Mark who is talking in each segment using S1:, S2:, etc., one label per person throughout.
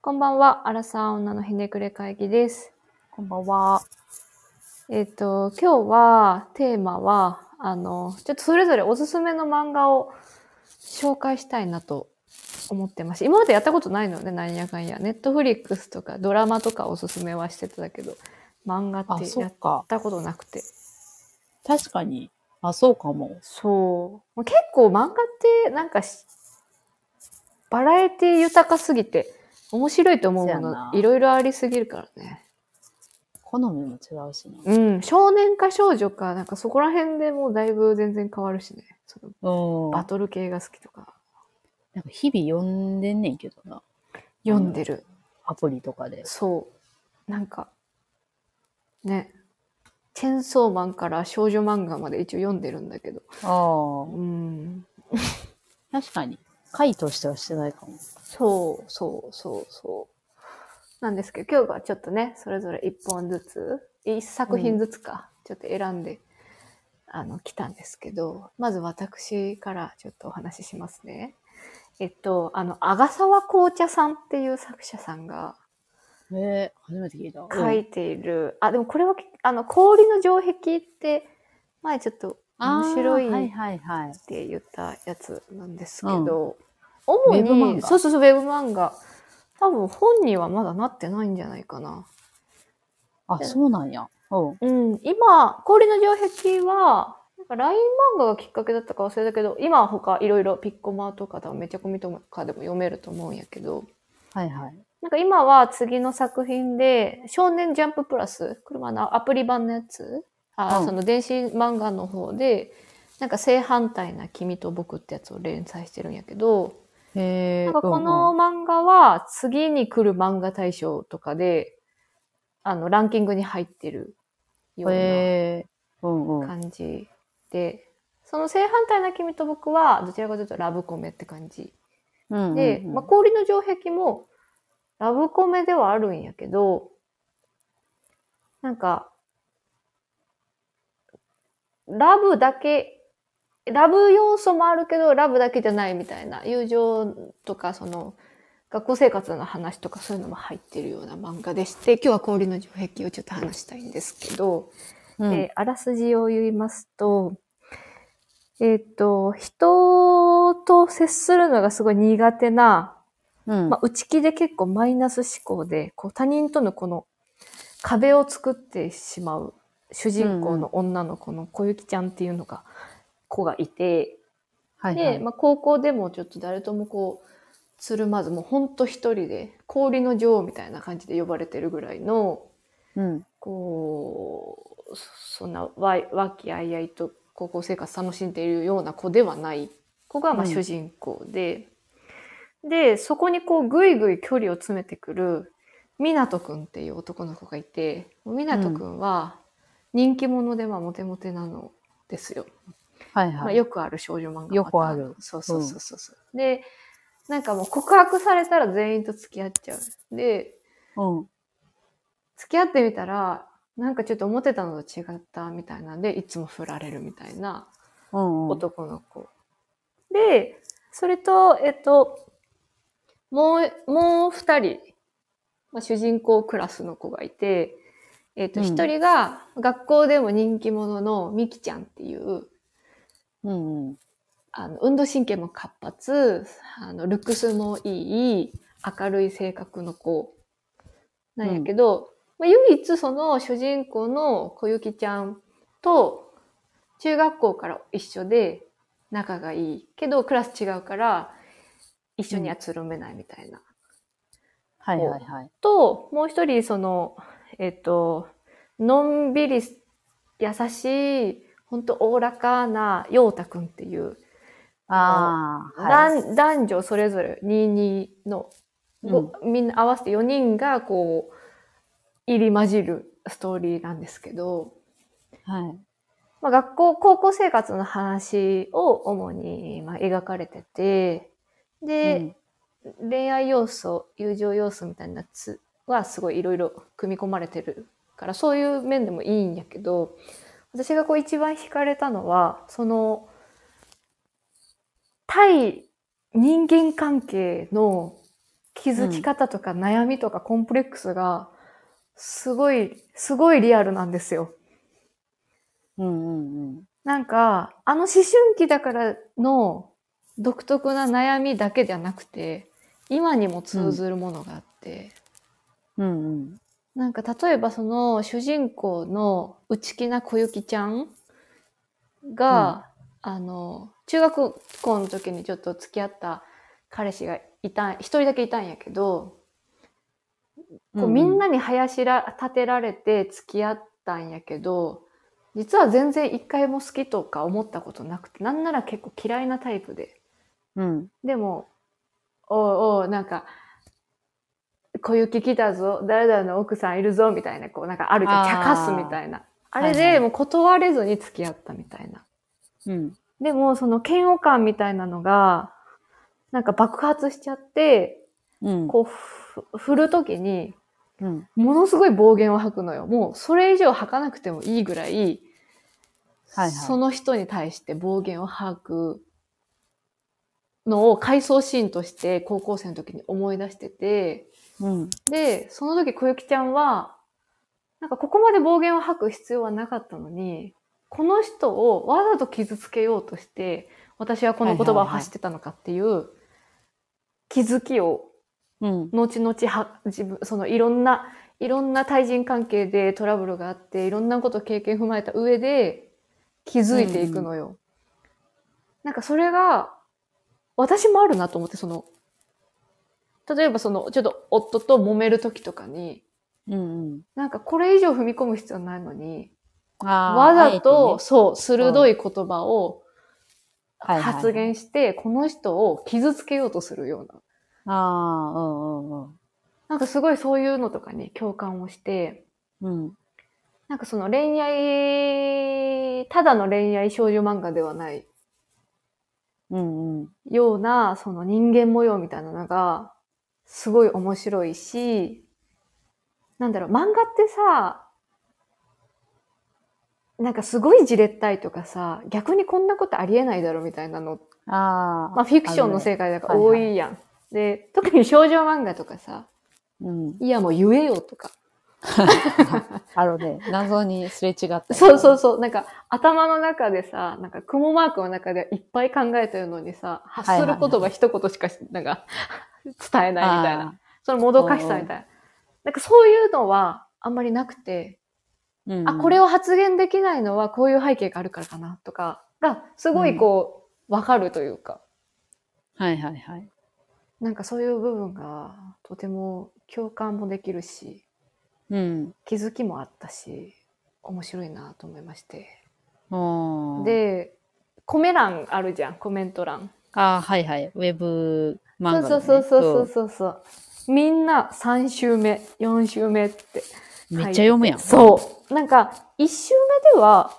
S1: こんばんは、アラサー女のひねくれ会議です。
S2: こんばんは。
S1: えっ、と、今日は、テーマは、あの、ちょっとそれぞれおすすめの漫画を紹介したいなと思ってまして、今までやったことないので、なんやかんや。ネットフリックスとかドラマとかおすすめはしてたけど、漫画
S2: あ、
S1: って
S2: そ
S1: や
S2: う
S1: っ
S2: か。
S1: たことなくて。
S2: 確かに。あ、そうかも。
S1: そう。結構漫画ってなんかしバラエティ豊かすぎて面白いと思うも
S2: そうや
S1: の
S2: ない
S1: ろいろありすぎるからね。
S2: 好みも違うしね。
S1: うん。少年か少女か、なんかそこら辺でもうだいぶ全然変わるしね。その
S2: うん。
S1: バトル系が好きとか。
S2: なんか日々読んでんねんけどな。
S1: 読んでる。
S2: アプリとかで。
S1: そう。なんか、ね。チェンソーマンから少女漫画まで一応読んでるんだけど。
S2: ああ。
S1: うん。
S2: 確かに。回としてはしてないかも。
S1: そうそうそうそう。なんですけど、今日はちょっとね、それぞれ一本ずつ、一作品ずつか、ちょっと選んで、あの、来たんですけど、まず私からちょっとお話ししますね。えっと、あの、阿賀沢紅茶さんっていう作者さんが
S2: えー、初めて聞いた。
S1: 書
S2: うん
S1: いている、あ、でもこれは、あの、氷の城壁って、前ちょっと
S2: あー
S1: 面白い
S2: はいはいはい
S1: っ。て言ったやつなんですけど、主
S2: ウェブ漫
S1: に
S2: 画
S1: そうそうそうウェブ漫画多分本にはまだなってないんじゃないかな。
S2: あ、そうなんや。うん。
S1: うん、今氷の城壁はなんか LINE 漫画がきっかけだったか忘れたけど今は他いろいろピッコマとか多分めちゃコミとかでも読めると思うんやけど
S2: はいはい。
S1: なんか今は次の作品で「少年ジャンププラス」車のアプリ版のやつあ、
S2: うん
S1: その電子漫画の方でなんか正反対な君と僕ってやつを連載してるんやけど、
S2: へえ。
S1: なんかこ
S2: う
S1: の
S2: ん
S1: 漫画は次に来る漫画大賞とかで、あの、ランキングに入ってるよ
S2: うん、
S1: う
S2: へえ。うんう。
S1: なん感じで、その正反対な君と僕は、どちらかというとラブコメって感じ。
S2: うんうん
S1: で、
S2: うん
S1: まあ、氷の城壁もラブコメではあるんやけど、なんか、ラブだけ、ラブ要素もあるけど、ラブだけじゃないみたいな、友情とか、その、学校生活の話とかそういうのも入ってるような漫画でして、今日は氷の城壁をちょっと話したいんですけど、
S2: うん
S1: えーあらすじを言いますと、えっ、と、人と接するのがすごい苦手な、
S2: うん
S1: まあ、内気で結構マイナス思考で、こう他人とのこの壁を作ってしまう主人公の女の子の小雪ちゃんっていうのが、子がいて、
S2: はいは
S1: で、
S2: い。
S1: まあ、高校でもちょっと誰ともこう、つるまず、もうほんと一人で、氷の女王みたいな感じで呼ばれてるぐらいの、
S2: うん。
S1: こう、そそんなわい和気あいあいと高校生活楽しんでいるような子ではない子がまあ
S2: うん
S1: 主人公で、で、そこにこうぐいぐい距離を詰めてくる湊くんっていう男の子がいて、湊くんは人気者でまあモテモテなのですよ。
S2: はい
S1: まあ、
S2: はい。
S1: よくある少女漫画
S2: よくある
S1: そうそうそうそうそう、で、なんかもう告白されたら全員と付き合っちゃう。で、
S2: うん。
S1: 付き合ってみたら、なんかちょっと思ってたのと違ったみたいなんで、いつも振られるみたいな
S2: うんうん。
S1: 男の子。で、それと、えっと、もう、もう二人、まあ、主人公クラスの子がいて、えっと、
S2: うん
S1: 一、人が学校でも人気者のミキちゃんっていう、
S2: うんうん。
S1: あの、運動神経も活発、あの、ルックスもいい、明るい性格の子なんやけど、まあ、唯一その主人公の小雪ちゃんと中学校から一緒で仲がいいけど、クラス違うから一緒にはつるめないみたいな。
S2: はいはいはい。
S1: と、もう一人、その、えっと、のんびり優しい、ほんとおおらかな、陽太くんっていう、
S2: ああ、はい。
S1: 男男女それぞれ22の、ごみんな合わせて4人がこう入り混じるストーリーなんですけど、
S2: はい。
S1: まあ、学校高校生活の話を主にまあ描かれててで、恋愛要素友情要素みたいなやつはすごいいろいろ組み込まれてるからそういう面でもいいんやけど私がこう一番惹かれたのはその対人間関係の気づき方とか悩みとかコンプレックスが、すごい、すごいリアルなんですよ。
S2: うんうんうん。
S1: なんか、あの思春期だからの独特な悩みだけじゃなくて、今にも通ずるものがあって、
S2: うんうん。
S1: なんか例えばその主人公の内気な小雪ちゃんが、あの、中学校の時にちょっと付き合った彼氏がいた、一人だけいたんやけど、こうみんなに林ら立てられて付き合ったんやけど、実は全然一回も好きとか思ったことなくて、なんなら結構嫌いなタイプで。
S2: うん。
S1: でも、おうおう、なんか、小雪来たぞ、誰々の奥さんいるぞ、みたいな、こう、なんかあるじゃん、
S2: あー
S1: ちゃかすみたいな。あれ
S2: はいは
S1: で
S2: い
S1: もう断れずに付き合ったみたいな。
S2: うん。
S1: でも、その嫌悪感みたいなのが、なんか爆発しちゃって、
S2: うん。
S1: こうふ、振るときに、
S2: うん。
S1: ものすごい暴言を吐くのよ。もう、それ以上吐かなくてもいいぐらい、
S2: はいはい
S1: その人に対して暴言を吐くのを回想シーンとして高校生の時に思い出してて、
S2: うん。
S1: で、その時小雪ちゃんは、なんかここまで暴言を吐く必要はなかったのに、この人をわざと傷つけようとして、私はこの言葉を発してたのかっていう気づきを
S2: うん。
S1: 後々は自分そのいろんないろんな対人関係でトラブルがあっていろんなこと経験踏まえた上で気づいていくのよ。なんかそれが私もあるなと思ってその例えばそのちょっと夫と揉める時とかに
S2: うんうん。
S1: なんかこれ以上踏み込む必要ないのに
S2: あー
S1: わざと、
S2: あえてね
S1: そう鋭い言葉を
S2: はいはい
S1: 発言して、この人を傷つけようとするような
S2: ああ、うんうん
S1: なんかすごいそういうのとかに共感をして。
S2: うん。うん。
S1: なんかその恋愛、ただの恋愛少女漫画ではない
S2: うんうん。
S1: ような、その人間模様みたいなのが、すごい面白いし、なんだろう、漫画ってさ、なんかすごいじれったいとかさ、逆にこんなことありえないだろみたいなの、
S2: ああ。
S1: まあフィクションの
S2: い。
S1: 世界だから多いやん。で、特に少女漫画とかさ、
S2: うん。
S1: いやもう言えよとか、
S2: あ のね、謎にすれ違った。
S1: そうそうそう。なんか、頭の中でさ、なんか、雲マークの中でいっぱい考えてるのにさ、発する言葉一言しかし、なんか、伝えないみたいな。そのもどかしさみたいな。なんか、そういうのは、あんまりなくて、
S2: あー。うん
S1: あ、これ
S2: を。
S1: を発言できないのは、こういう背景があるからかな、とか、が、すごいこう、わ、かるというか、
S2: はいはいはい。
S1: なんかそういう部分が、とても共感もできるし、
S2: うん。
S1: 気づきもあったし、面白いなと思いまして。
S2: おー、
S1: で、コメ欄あるじゃん、コメント欄。
S2: ああ、はいはい。ウェブ漫
S1: そ
S2: 画、
S1: う
S2: ね。
S1: そうそうそうそうそうそう。みんな3週目、4週目って。
S2: めっちゃ読むやん。
S1: そう。なんか、1週目では、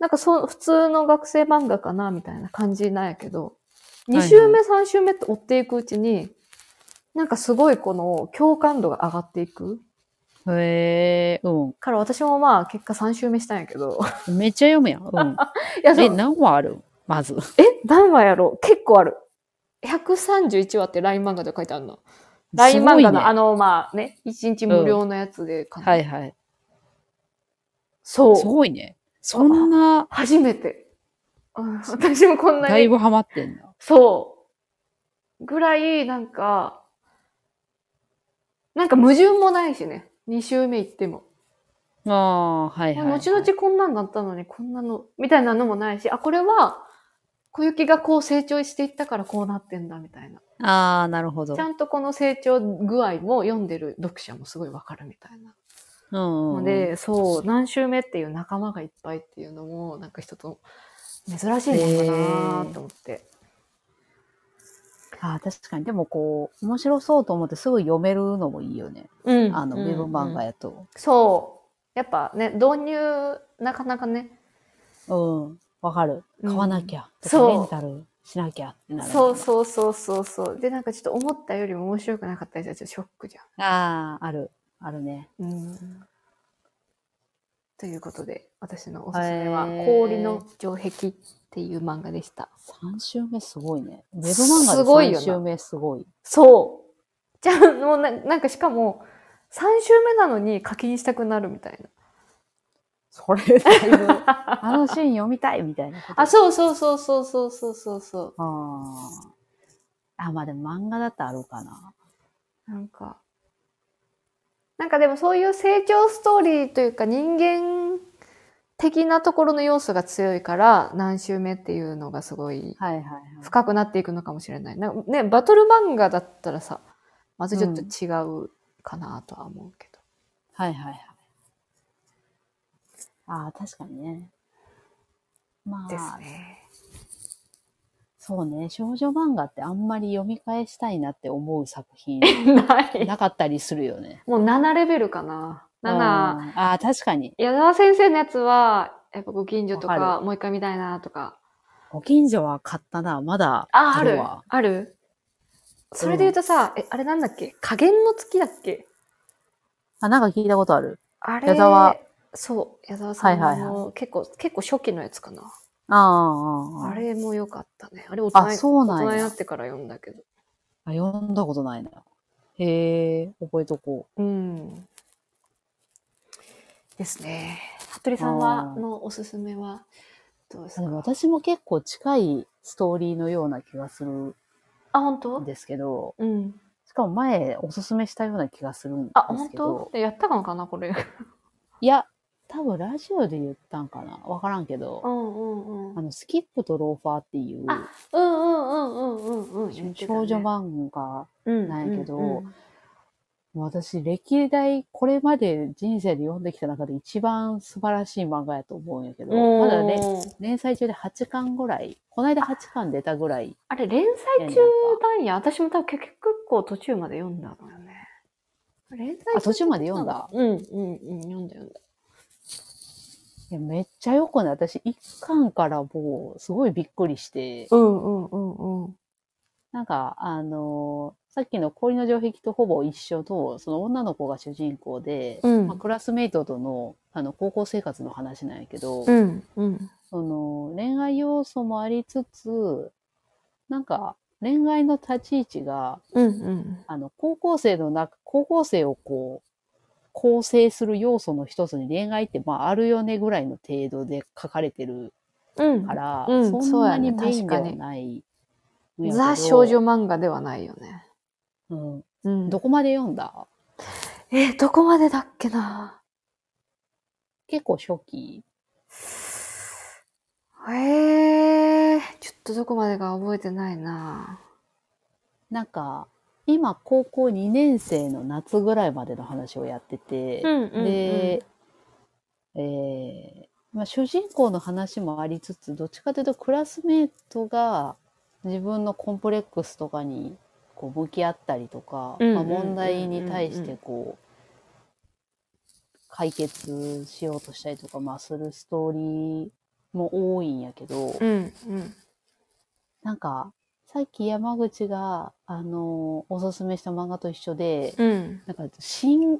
S1: なんかそう、普通の学生漫画かな、みたいな感じなんやけど、2週目、3週目って追っていくうちに、なんかすごいこの共感度が上がっていく。
S2: へえ、う
S1: から私もまあ結果3週目したんやけど。
S2: ん。めっちゃ読むやん。うん。
S1: いや、そ
S2: え、
S1: う
S2: 何話ある まず。
S1: え、何話やろう結構ある。131話って LINE 漫画で書いてあるの。LINE
S2: すご
S1: 漫
S2: い
S1: 画
S2: ね
S1: の、あの、まあね、一日無料のやつでかな、
S2: はいはい。す
S1: そう。
S2: ごいね。そんな、
S1: 初めて。うん私もこんな
S2: だい
S1: に。
S2: ぶハマってんだ。
S1: そう。ぐらい、なんか、なんか矛盾もないしね。2週目行っても。
S2: ああ、はいはい、はい。
S1: 後々こんなんだったのに、こんなの、みたいなのもないし、あ、これは、小雪がこう成長していったからこうなってんだ、みたいな。
S2: ああ、なるほど。
S1: ちゃんとこの成長具合も読んでる読者もすごいわかるみたいな。
S2: うんうんう
S1: の
S2: ん、
S1: で、そう、何週目っていう仲間がいっぱいっていうのも、なんか一つ珍しいもんだなぁと思って。
S2: ああ、確かに。でもこう、面白そうと思ってすぐ読めるのもいいよね。
S1: う
S2: あの、ウェブ漫画
S1: や。
S2: やと。
S1: そう。やっぱね、導入、なかなかね。
S2: うん。わかる。
S1: うん
S2: 買わなきゃ。とか
S1: そう
S2: レンタルしなきゃってなる。
S1: そうそうそうそうそう。で、なんかちょっと思ったよりも面白くなかったりしたらちょっとショックじゃ
S2: う。ああ、ある。あるね。
S1: ん。うん。ということで、私のおすすめは、
S2: へー
S1: 氷の城壁っっていう漫画でした。
S2: 3週目すごいね。ウェブ漫
S1: すご
S2: 画
S1: い
S2: で
S1: よ
S2: 3
S1: な
S2: 週目すごい。
S1: そう。じゃあ、もうななんかしかも、3週目なのに課金したくなるみたいな。
S2: それ だいぶ、あのシーン読みたいみたいなこと。
S1: あ、そうそうそうそうそうそうそうそう。
S2: あーあ、まあでも漫画だったらあろうかな。
S1: なんか、なんかでもそういう成長ストーリーというか人間的なところの要素が強いから何週目っていうのがすごい
S2: はいはいはい。
S1: 深くなっていくのかもしれない。なんかね、バトル漫画だったらさ、まずちょっと
S2: うん
S1: 違うかなとは思うけど。
S2: はいはいはい。ああ、確かにね。まあ、
S1: ですね。
S2: そうね。少女漫画ってあんまり読み返したいなって思う作 品
S1: ない。
S2: なかったりするよね。
S1: もう7レベルかな。7。
S2: あーあー、確かに。
S1: 矢沢先生のやつは、やっぱご近所と
S2: わ
S1: か、もう一回見たいなとか。
S2: ご近所は買ったな。まだ
S1: あ、ある
S2: わ。
S1: あるそれで言うとさ、え、あれなんだっけ加減の月だっけ
S2: あ、なんか聞いたことある。
S1: あれ
S2: 矢沢。
S1: そう、矢沢さんの、
S2: はいはい
S1: 結構、結構初期のやつかな。
S2: ああああ、
S1: あ
S2: あ
S1: れ
S2: れ
S1: も良かったね。あれ大人
S2: あ、そうな
S1: 大人
S2: ん
S1: にな
S2: や
S1: っ。てから読んだけど。
S2: あ読んだことないな。へえ、覚えとこ
S1: うん。ですね。服部さんは、
S2: あー
S1: のおすすめは、どうです
S2: う。でも
S1: か
S2: 私も結構近いストーリーのような気がする
S1: あ、本
S2: ん
S1: 当
S2: ですけど、
S1: うん。
S2: しかも前おすすめしたような気がするんで
S1: あ、本
S2: すけ
S1: 当
S2: ど、
S1: やったのかなこれ。
S2: いや、多分ラジオで言ったんかなわからんけど、
S1: んう ん
S2: あ。の、スキップとローファーっていう
S1: あうんうんうんうんうんうん。
S2: 少女漫画、
S1: 漫
S2: なんやけどもう私歴代これまで人生で読んできた中で一番素晴らしい漫画やと思うんやけど、まだね、連載中で8巻ぐらい、この間8巻出たぐらい
S1: あれ、連載中なんや。私も多分結構途中まで読んだのよね。連載
S2: あ途中まで読んだ
S1: うんうんうん、読んだ読んだ。
S2: いやめっちゃよくね、私1巻からもうすごいびっくりして、
S1: うんうんうんうん。
S2: なんかあのーさっきの氷の城壁とほぼ一緒の、その女の子が主人公で、
S1: うん
S2: まあ、クラスメイトとのあの高校生活の話なんやけど、
S1: うんうん。
S2: その恋愛要素もありつつ、なんか恋愛の立ち位置が、
S1: うんうん。
S2: あの、高校生の中、高校生をこう、構成する要素の一つに恋愛って、まあ、あるよねぐらいの程度で書かれてる
S1: うん
S2: から、
S1: うん
S2: そんなに
S1: そうやね
S2: メインでは
S1: 確
S2: ない。
S1: ザ少女、漫画ではないよね。
S2: うん。
S1: うん
S2: どこまで読んだ
S1: え、どこまでだっけな
S2: 結構初期。
S1: えー、ちょっとどこまでか覚えてないな
S2: なんか、今、高校2年生の夏ぐらいまでの話をやってて、
S1: んう
S2: で、えーまあ、主人公の話もありつつどっちかというとクラスメートが自分のコンプレックスとかにこう向き合ったりとか、
S1: うん
S2: まあ、
S1: うんうんうん
S2: 問題に対してこう解決しようとしたりとか、まあ、するストーリーも多いんやけど、
S1: うんうん。
S2: なんかさっき山口が、あのおすすめした漫画と一緒で、
S1: うん。
S2: なんか新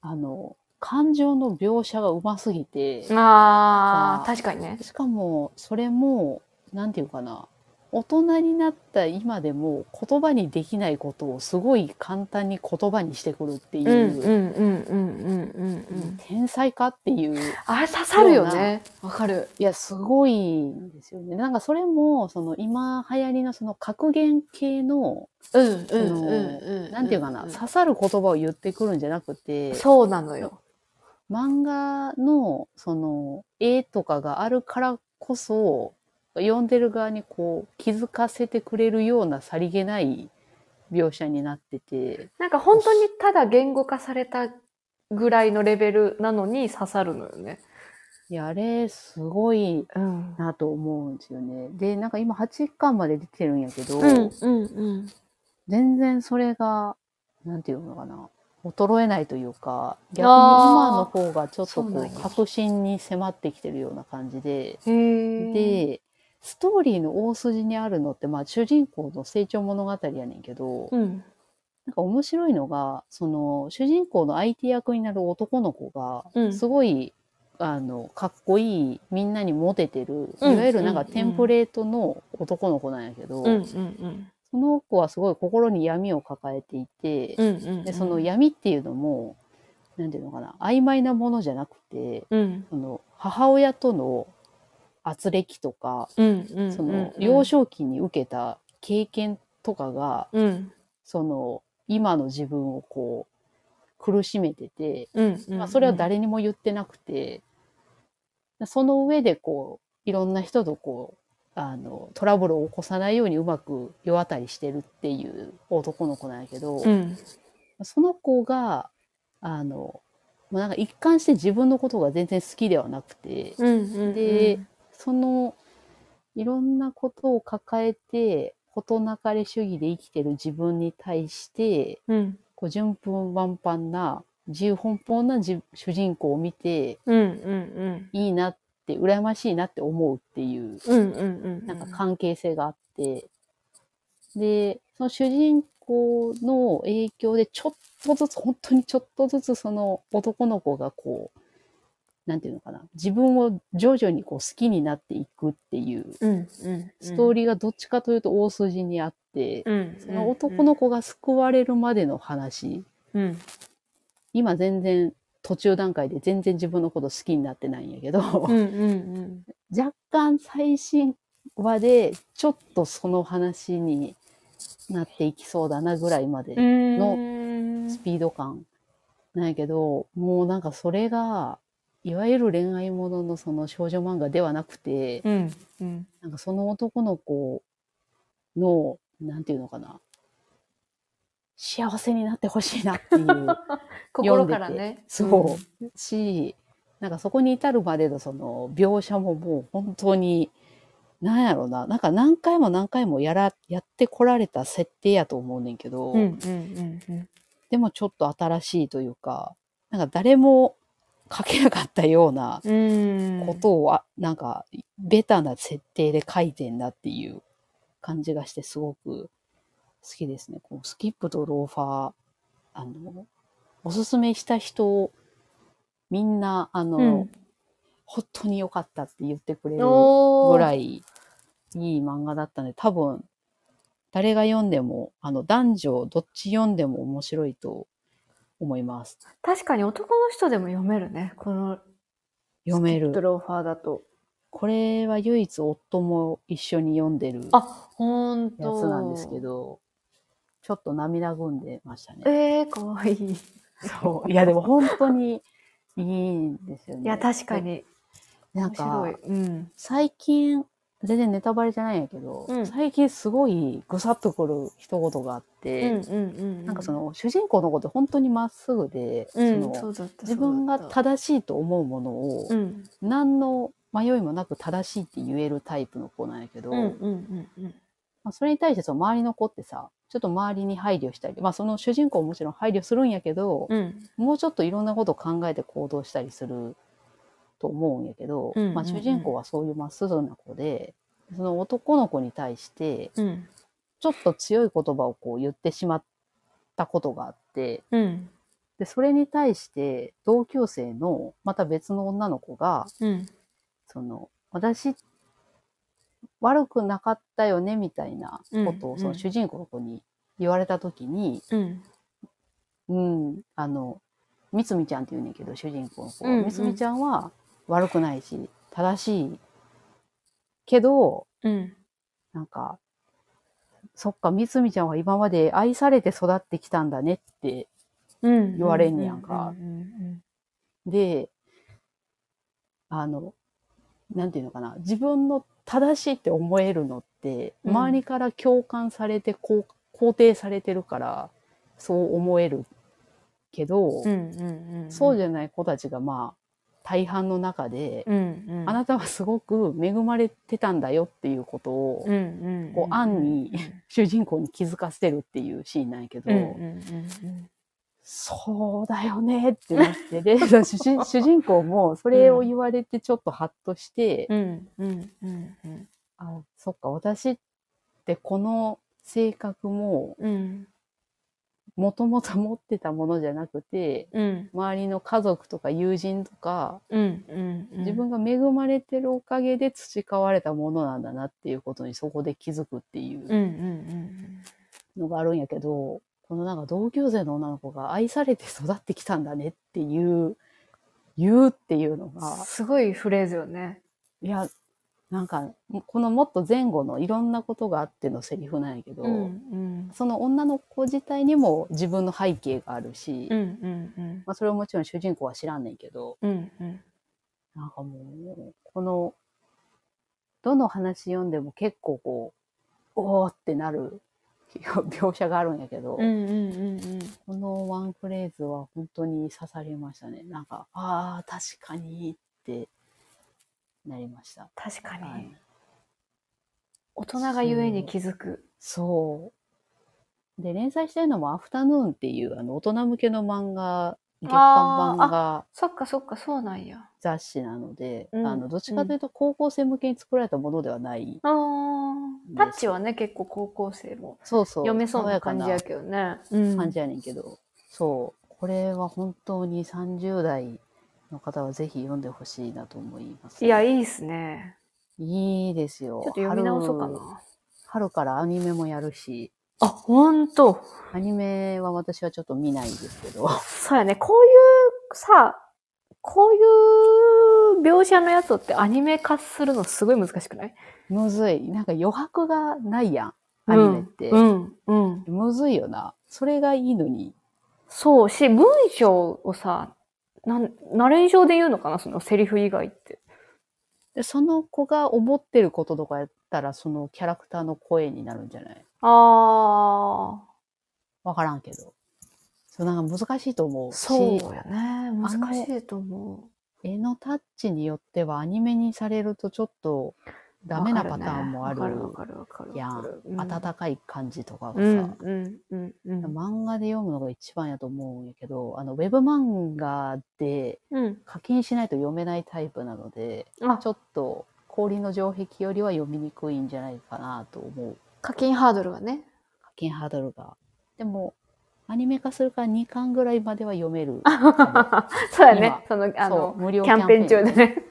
S2: あの感情の描写がうますぎて、
S1: あ
S2: さ
S1: ー、
S2: あ
S1: 確かにね。
S2: しかもそれもなんていうかな大人になった今でも言葉にできないことをすごい簡単に言葉にしてくるっていうう、
S1: んうんうんうんうんうんうん。
S2: 天才かっていう
S1: あれ刺さるよね。わかる。
S2: いやすごいんですよねなんかそれもその今流行りのその格言系の
S1: うんうん
S2: その
S1: うんうん。
S2: なんていうかな、刺さる言葉を言ってくるんじゃなくて
S1: そうなのよ。
S2: 漫画のその絵とかがあるからこそ読んでる側にこう気づかせてくれるようなさりげない描写になってて
S1: なんか本当にただ言語化されたぐらいのレベルなのに刺さるのよね。
S2: いやあれすごい
S1: うん。
S2: なと思うんですよね。でなんか今8巻まで出てるんやけど、
S1: うんうんうん。
S2: 全然それがなんていうのかな衰えないというか逆に
S1: あー
S2: 今の方がちょっと
S1: そう
S2: こ
S1: なん
S2: う
S1: や
S2: 確信に迫ってきてるような感じで。
S1: へー、
S2: で、ストーリーの大筋にあるのって、まあ、主人公の成長物語やねんけど、
S1: うん。
S2: なんか面白いのが、その、主人公の IT 役になる男の子が
S1: う、ん
S2: すごい、あのかっこいいみんなにモテてるい
S1: うん
S2: わゆるなん
S1: う
S2: か
S1: んうん
S2: テンプレートの男の子なんやけ
S1: う
S2: ど、
S1: んうん
S2: その子はすごい心に闇を抱えていて、
S1: うんうんうん
S2: でその闇っていうのも何ていうのかな曖昧なものじゃなくて
S1: うん
S2: その母親との圧力とか
S1: うんうんうん
S2: その幼少期に受けた経験とかが
S1: うん
S2: その今の自分をこう苦しめてて、
S1: うんうん
S2: まあ、それは誰にも言ってなくて、その上でこういろんな人とこうあのトラブルを起こさないようにうまく世渡りしてるっていう男の子なんやけど、
S1: うん
S2: その子があのもうなんか一貫して自分のことが全然好きではなくて、
S1: うんうん
S2: でそのいろんなことを抱えて事なかれ主義で生きてる自分に対して
S1: うん
S2: こう順風満帆な自由奔放な自主人公を見て
S1: うんうん
S2: いいなって羨ましいなって思うっていう
S1: うんうんうん
S2: なんか関係性があって、でその主人公の影響でちょっとずつ本当にちょっとずつその男の子がこうなんていうのかな自分を徐々にこう好きになっていくっていう
S1: うんうん
S2: ストー
S1: リ
S2: リーがどっちかというと大筋にあって、
S1: ー
S2: その男の子が救われるまでの話
S1: うん
S2: 今全然途中段階で全然自分のこと好きになってないんやけど、
S1: うんうん
S2: 若干最新話でちょっとその話になっていきそうだなぐらいま
S1: う
S2: で
S1: ん
S2: の
S1: の
S2: スピード感なんやけど、もうなんかそれがいわゆる恋愛もののその少女漫画ではなくて、
S1: うんうん
S2: なんかその男の子のなんていうのかな幸せになってほしいなっていう。
S1: 心からね
S2: そう、し、なんかそこに至るまでのその描写ももう本当に、なんやろな、なんか何回も何回もやら、やってこられた設定やと思うねんけど、
S1: うんうんうんうん
S2: でもちょっと新しいというか、なんか誰も書けなかったような
S1: うん
S2: ことを、あなんかベタな設定で書いてんだっていう感じがしてすごく好きですね。こうスキップとローファー、あの、おすすめした人、みんな、あの、
S1: うん
S2: 本当に良かったって言ってくれるぐ
S1: ぐ
S2: ら
S1: い
S2: いいい漫画だったんで、多分、誰が読んでも、あの、男女どっち読んでも面白いと思います。
S1: 確かに男の人でも読めるねこの
S2: 読め
S1: ド
S2: る。
S1: ローファーだと
S2: これは唯一夫も一緒に読んでる。
S1: あほん
S2: や
S1: と
S2: つなんですけど、ちょっと涙ぐんでましたね。
S1: えー、かわいいい
S2: そう。いや、でも 本当にいいんですよね。
S1: や確か。に
S2: なん
S1: 面白い
S2: か、
S1: うん
S2: 最近、全然ネタバレじゃないんやけど、
S1: うん
S2: 最近すごいぐさっとくる一言があっ
S1: う
S2: て、
S1: んうんうん
S2: なんかその主人公の子って本当にまっすぐで、
S1: うん
S2: そ
S1: そ
S2: の
S1: うだった
S2: 自分が
S1: そうだった
S2: 正しいと思うものを、
S1: うん
S2: 何の迷いもなく正しいって言えるタイプの子なんやけど、
S1: うんうんうん
S2: まあ、それに対してその周りの子ってさちょっと周りに配慮したり、まあ、その主人公ももちろん配慮するんやけど、
S1: うん
S2: もうちょっといろんなことを考えて行動したりすると思うんやけど、
S1: うんうんうん
S2: まあ、主人公はそういうまっすぐな子でその男の子に対して
S1: うん
S2: ちょっと強い言葉をこう言ってしまったことがあって
S1: うん
S2: でそれに対して同級生のまた別の女の子が
S1: うん
S2: その私悪くなかったよねみたいなこと
S1: う
S2: を
S1: ん
S2: その主人公の子に言われた時に、
S1: うん
S2: うんあのみつみちゃんって言うねんけど主人公の子は、
S1: うんうん
S2: みつみちゃんは悪くないし正しいけど
S1: うん
S2: なんかそっかみつみちゃんは今まで愛されて育ってきたんだねって
S1: うん
S2: 言われんねやんか
S1: うんうん
S2: であのなんていうのかな自分の正しいって思えるのって
S1: うん
S2: 周りから共感されてこう肯定されてるからそう思えるけど、
S1: うんうんうん
S2: そうじゃない子たちがまあ大半の中で、
S1: うんうん
S2: あなたはすごく恵まれてたんだよっていうことを、
S1: うんうんうん
S2: こう暗に主人公に気づかせるっていうシーンなんやけど、
S1: うんうんうん
S2: そうだよねってなってで 主人主人公もそれを言われてちょっとハッとして、
S1: うんうんうんうん
S2: あそっか私ってこの性格も
S1: うん
S2: もともと持ってたものじゃなくて、
S1: うん。
S2: 周りの家族とか友人とか、
S1: うん。うん。うん
S2: 自分が恵まれてるおかげで培われたものなんだなっていうことにそこで気づくっていう
S1: うん。うん。
S2: のがあるんやけど、このなんか同級生の女の子が愛されて育ってきたんだねっていう、言うっていうの
S1: うん。
S2: が、
S1: すごいフレーズよね。
S2: いや、なんか、このもっと前後のいろんなことがあってのセリフなんやけど、
S1: うん。
S2: その女の子自体にも自分の背景があるし、
S1: うん。うん。
S2: まあ、それはもちろん主人公は知らんねんけど、
S1: うん。うん。うん。
S2: なんかもう、この、どの話読んでも結構こう、おーってなる 描写があるんやけど、
S1: うん。うん。うん。
S2: このワンフレーズは本当に刺さりましたね。なんか、ああ、確かにってなりました。
S1: 確か
S2: は
S1: に
S2: い。
S1: 大人がゆえに気づく。
S2: そう。で、連載してるのもアフタヌーンっていうあの大人向けの漫画、月
S1: あー
S2: 刊漫画
S1: そっかそっか、そうなんや。
S2: 雑誌なので、
S1: うん
S2: あのどっちかというと高校生向けに作られたものではない。
S1: あータッチはね、結構高校生も
S2: そうそう。
S1: 読めそう
S2: 爽
S1: な
S2: やか
S1: 感じやけどね。うん
S2: 感じやねんけど、そうこれは本当に30代の方はぜひ読んでほしいなと思います
S1: いや、いいっすね。
S2: いいです
S1: ち
S2: よ
S1: ょっと読み直そうか
S2: 春
S1: な。
S2: 春からアニメもやるし
S1: あ、ほんと。
S2: アニメは私はちょっと見ないですけど
S1: そうやね。こういう、さ、こういう描写のやつってアニメ化するのすごい難しくない
S2: むずいなんか余白がないやんアニメって、
S1: うん、うん。うん
S2: むずいよなそれがいいのに
S1: そうし、文章をさ、なんナレーションで言うのかなそのセリフ以外って。
S2: でその子が思ってることとかやったらそのキャラクターの声になるんじゃない
S1: ああ。
S2: わからんけどそうなんか難しいと思うし
S1: そうやね。難しいと思
S2: 絵のタッチによってはアニメにされるとちょっと
S1: う。
S2: ダメなパターンもある
S1: わかるわかるわかるわかる。
S2: やん
S1: うん
S2: 温かい感じとかがさ、
S1: うんうんうんうん。
S2: 漫画で読むのが一番やと思うんやけどあのウェブ漫画で
S1: うん。
S2: 課金しないと読めないタイプなので
S1: あ
S2: ち、ょっと氷の城壁よりは読みにくいんじゃないかなと思う
S1: 課金ハードルがね。
S2: 課金ハードルがでもアニメ化するから2巻ぐらいまでは読める あ
S1: そうやね
S2: 今。
S1: その、あの、
S2: 無料
S1: キャンペーン中でね。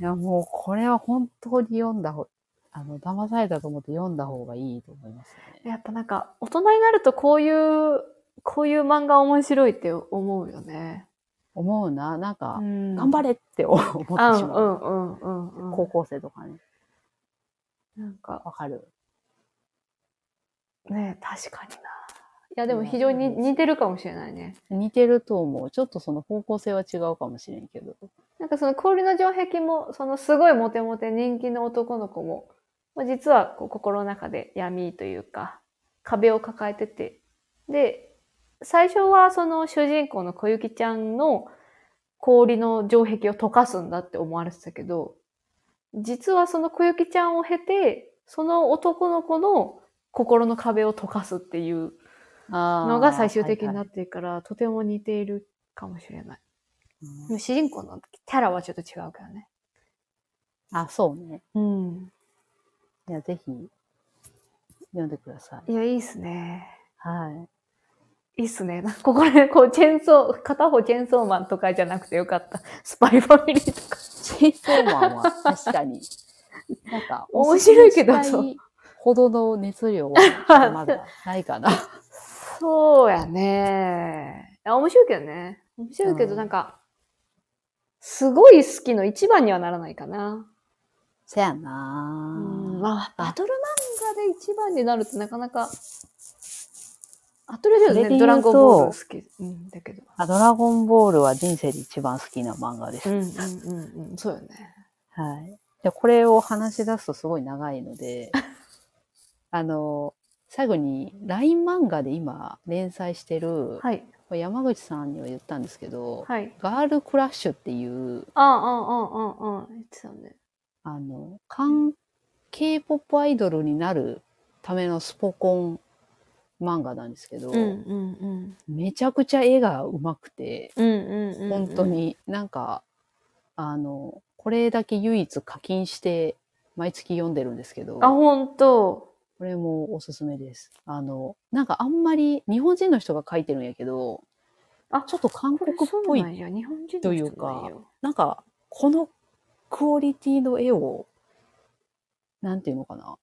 S2: いや、もうこれは本当に読んだほあの、騙されたと思って読んだ方がいいと思いますね。
S1: やっぱなんか、大人になるとこういう、こういう漫画面白いって思うよね。
S2: 思うな、なんか、
S1: 頑
S2: 頑張
S1: れ
S2: れって思って
S1: うんう
S2: しまう。
S1: んうんうんうん。
S2: 高校生とかね、
S1: なんか、
S2: わかる。
S1: ね確かにな。いや、でも非常に似てるかもしれないね。
S2: 似てると思う。ちょっとその方向性は違うかもしれんけど。
S1: なんかその氷の城壁も、そのすごいモテモテ人気の男の子も、まあ実はこう心の中で闇というか、壁を抱えてて。で、最初はその主人公の小雪ちゃんの氷の城壁を溶かすんだって思われてたけど、実はその小雪ちゃんを経て、その男の子の心の壁を溶かすっていう
S2: あー
S1: のが最終的にな
S2: は
S1: っ
S2: い
S1: ているから、とても似ているかもしれない。
S2: はい
S1: で
S2: うん
S1: も主人公のキャラはちょっと違うけどね。
S2: あ、そうね。
S1: うん。
S2: いや、ぜひ、読んでください。
S1: いや、いいっすね。
S2: はい。
S1: いいっすね。なんかここで、こう、チェーンソー、片方チェーンソーマンとかじゃなくてよかった。 スパイファミリーとか。
S2: チェイソーマンは確かに。なんか、
S1: 面白いけど
S2: おすすめしたいほどの熱量はまだないかな。
S1: そうやね。あ、面白いけどね。面白いけ
S2: う
S1: ど、
S2: ん
S1: なんか、すごい好きの一番にはならないかな。
S2: せやな
S1: う
S2: ぁ
S1: ん。まあ、バトル漫画で一番になるとなかなか、アトレだ
S2: それ
S1: よ
S2: で
S1: ね。
S2: 言う
S1: ド
S2: と
S1: ラゴンボール好き、うん、だけど。
S2: あドラゴンボールは人生で一番好きな漫画です。
S1: うんうんうんうん、そうよね。
S2: はい。で、これを話し出すとすごい長いの で、あの、最後に LINE 漫画で今連載してる、
S1: はい。
S2: これ山口さんには言ったんですけど、
S1: はい。
S2: ガールクラッシュっていう、
S1: ああ、ああ、ああ、ああ、言ってたね。
S2: あの、韓 K-POP アイドルになるためのスポコン漫画なんですけど、
S1: うんうん。
S2: めちゃくちゃ絵が上手くて、
S1: うんうんうん。
S2: 本当。に、なんか、あの、これだけ唯一課金して、毎月読んでるんですけど、
S1: あ、
S2: こ
S1: 本当。
S2: これもおすすめです。あの、なんかあんまり日本人の人が書いてるんやけど、あ、ちょっと韓国っぽ
S1: そうなん
S2: い、
S1: や日本人
S2: という
S1: 人なん
S2: か
S1: や
S2: なんかこのクオリティの絵を、なんていうのかな、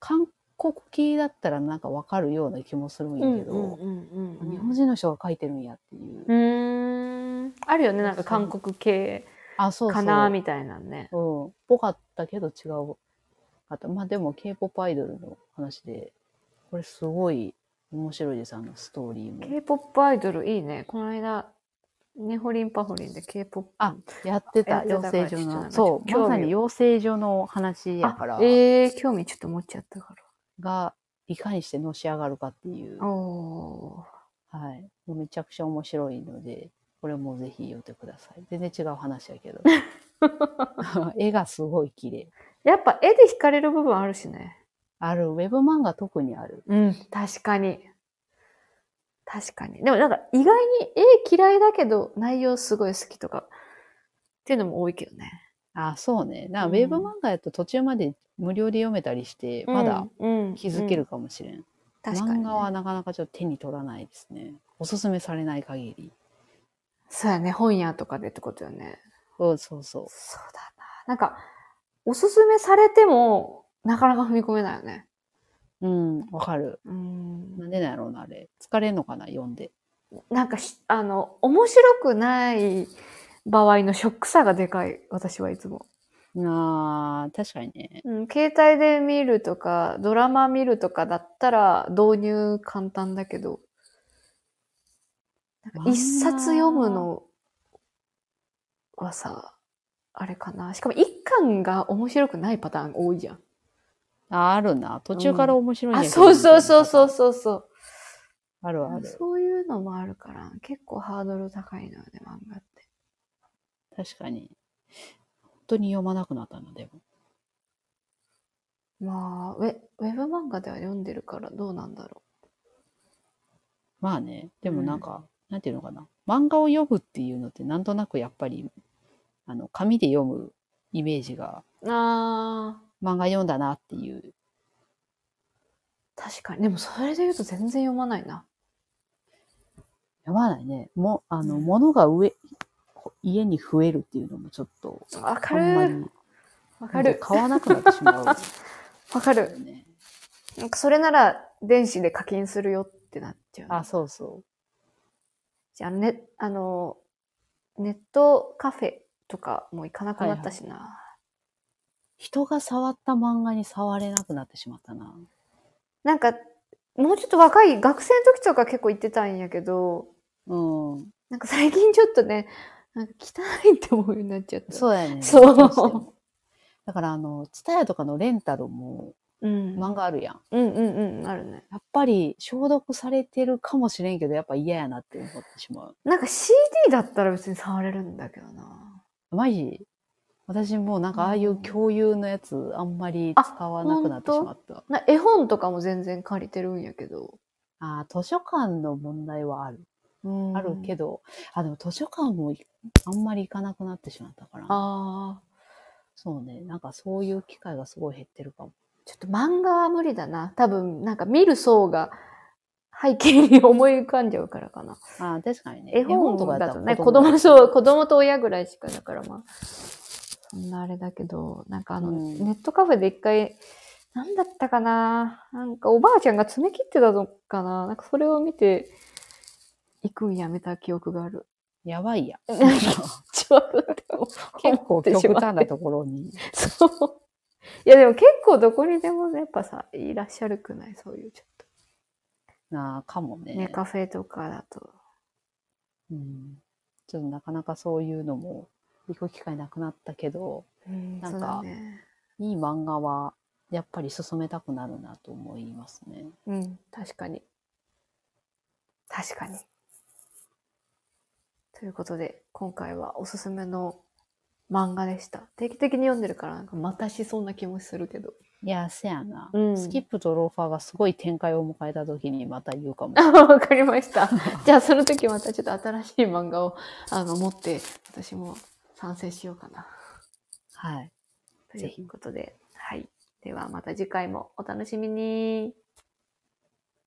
S2: 韓国系だったらなんかわかるような気もするん
S1: う
S2: や
S1: ん
S2: けど、
S1: うんうんうんうん
S2: 日本人の人が書いてるんやっていう。
S1: うーんあるよねなんか韓国系
S2: あ、そうそう。
S1: かなみたいなね
S2: うん。ぽかったけど違うかった。まあでも K-POP アイドルの話で、これすごい面白いです、あのストーリーも。
S1: k p o p アイドルいいねこの間ねほりんぱほりんで k p o p
S2: あやって、
S1: やったてた
S2: 養
S1: から
S2: 成
S1: ちょっと
S2: 所
S1: なん
S2: の。
S1: か
S2: そう、
S1: 興味
S2: まさに養成所の話やから、
S1: ええ興味ちょっと持っちゃったか
S2: が、いかにしてのし上がるかっていう
S1: ら。お
S2: はい。もうめちゃくちゃ面白いので、これもぜひ読んでください。全然違う話や けど。絵がすごい綺麗。
S1: ーやっぱ絵で惹かれる部分あるしね
S2: ある、ウェブ漫画特にある。
S1: うん確かに確かにでもなんか意外に絵嫌いだけど内容すごい好きとかっていうのも多いけどね
S2: あ、そうね。な
S1: うん
S2: ウェブ漫画やと途中まで無料で読めたりして、まだ気づけ
S1: る、
S2: るかもしれん。
S1: うん確かにね、
S2: 漫画はなかなかちょっと手に取らないですね。おすすめされない限り。
S1: そうやね本屋とかでってことよね
S2: そうそうそ
S1: そうだな。なんか、おすすめされても、なかなか踏み込めないよね。
S2: う。うん、わかる。
S1: うん
S2: なんでなんやろうな、あれ。疲れんのかな、読んで。
S1: なんかし、あの、面白くない場合のショックさがでかい、私はいつも。
S2: あー、確かにね。
S1: うん、携帯で見るとか、ドラマ見るとかだったら導入簡単だけど、なんか一冊読むのはさ、あれかな。しかも一巻が面白くないパターン多いじゃん。
S2: あ、あるな。途中から面白いんや
S1: あ、
S2: けど
S1: そうそうそうそう。そうそう。
S2: あるある。
S1: そういうのもあるから、結構ハードル高いのよね、漫画って。
S2: 確かに。本当に読まなくなったのでも。
S1: まあ、ウェウェブ漫画では読んでるからどうなんだろ
S2: まあね、でもなんか、なんていうのかな。漫画を読むっていうのってなんとなくやっぱり、あの、紙で読むイメージが、
S1: う。ああ。
S2: 漫画読んだなっていう。
S1: 確かに。でもそれで言うと全然読まないな。
S2: 読まないね。も、あの、
S1: うん
S2: 物が上、ほ家に増えるっていうのもちょっと、
S1: わか
S2: あんまり
S1: る。、わかる。
S2: 買わなくなってしまう、
S1: わかる。
S2: ね。
S1: なんかそれなら電子で課金するよってなっちゃう。
S2: あ、、そうそ
S1: じゃあね、あの、ネットカフェとかも行かなくなったしな。
S2: う。人が触った漫画に触れなくなってしまったな。
S1: なんか、もうちょっと若い学生の時とか結構行ってたんやけど、
S2: うん。
S1: なんか最近ちょっとね、なんか汚いって思うようになっちゃった。
S2: そうだよね。
S1: そう
S2: どしてもだから、あの、ツタヤとかのレンタルも
S1: う。ん。
S2: 漫画あるやん。
S1: うんうんうん、あるね。
S2: やっぱり消毒されてるかもしれんけど、やっぱ嫌やなって思ってしまう。
S1: なんか CD だったら別に触れるんだけどな。
S2: マジ私もうなんかああいう共有のやつあんまり
S1: あ
S2: 使わなくなってしまった。
S1: な絵本とかも全然借りてるんやけど。
S2: ああ、図書館の問題はある。あるけ
S1: ど。
S2: ど、あ、でも図書館もいあんまり行かなくなってしまったから。
S1: ああ。
S2: そうね。なんかそういう機会がすごい減ってるかも。
S1: ちょっと漫画は無理だな。多分、なんか見る層が背景に思い浮かんじゃうからかな。
S2: ああ、確かにね。
S1: 絵本とか
S2: やっ
S1: だ
S2: た
S1: と
S2: ら
S1: ね、子供、
S2: う。
S1: そう、子供と親ぐらいしかだからまあ、そんなあれだけど、なんかあの、
S2: うん
S1: ネットカフェで一回、なんだったかななんかおばあちゃんが爪切ってたのかななんかそれを見て、行くんやめた記憶がある。
S2: やば いや。
S1: ちょっとでも
S2: 結構
S1: 思ってし
S2: 極
S1: まって
S2: 端なところに。
S1: そう。いやでも結構どこにでもねやっぱさ、いらっしゃるくないそういうちょっ
S2: なあ、かも
S1: と。ね、カフェとかだと。
S2: うんちょっとなかなかそういうのも行く機会なくなったけど、
S1: うん
S2: なん
S1: そ
S2: か
S1: うだね。
S2: いい漫画はやっぱり進めたくなるなと思いますね。
S1: うん、確かに。確かに。ということで、今回はおすすめの漫画でした。定期的に読んでるから、なんかまたしそうな気もするけど。
S2: いや、せやな、
S1: うん
S2: スキップとローファーがすごい展開を迎えた時にまた言う かも。
S1: あわかりました。 じゃあ、その時またちょっと新しい漫画をあの持って、私も賛成しようかな。
S2: はい。
S1: と
S2: ぜ
S1: い
S2: ひ
S1: うことで、はい。ではまた次回もお楽しみに。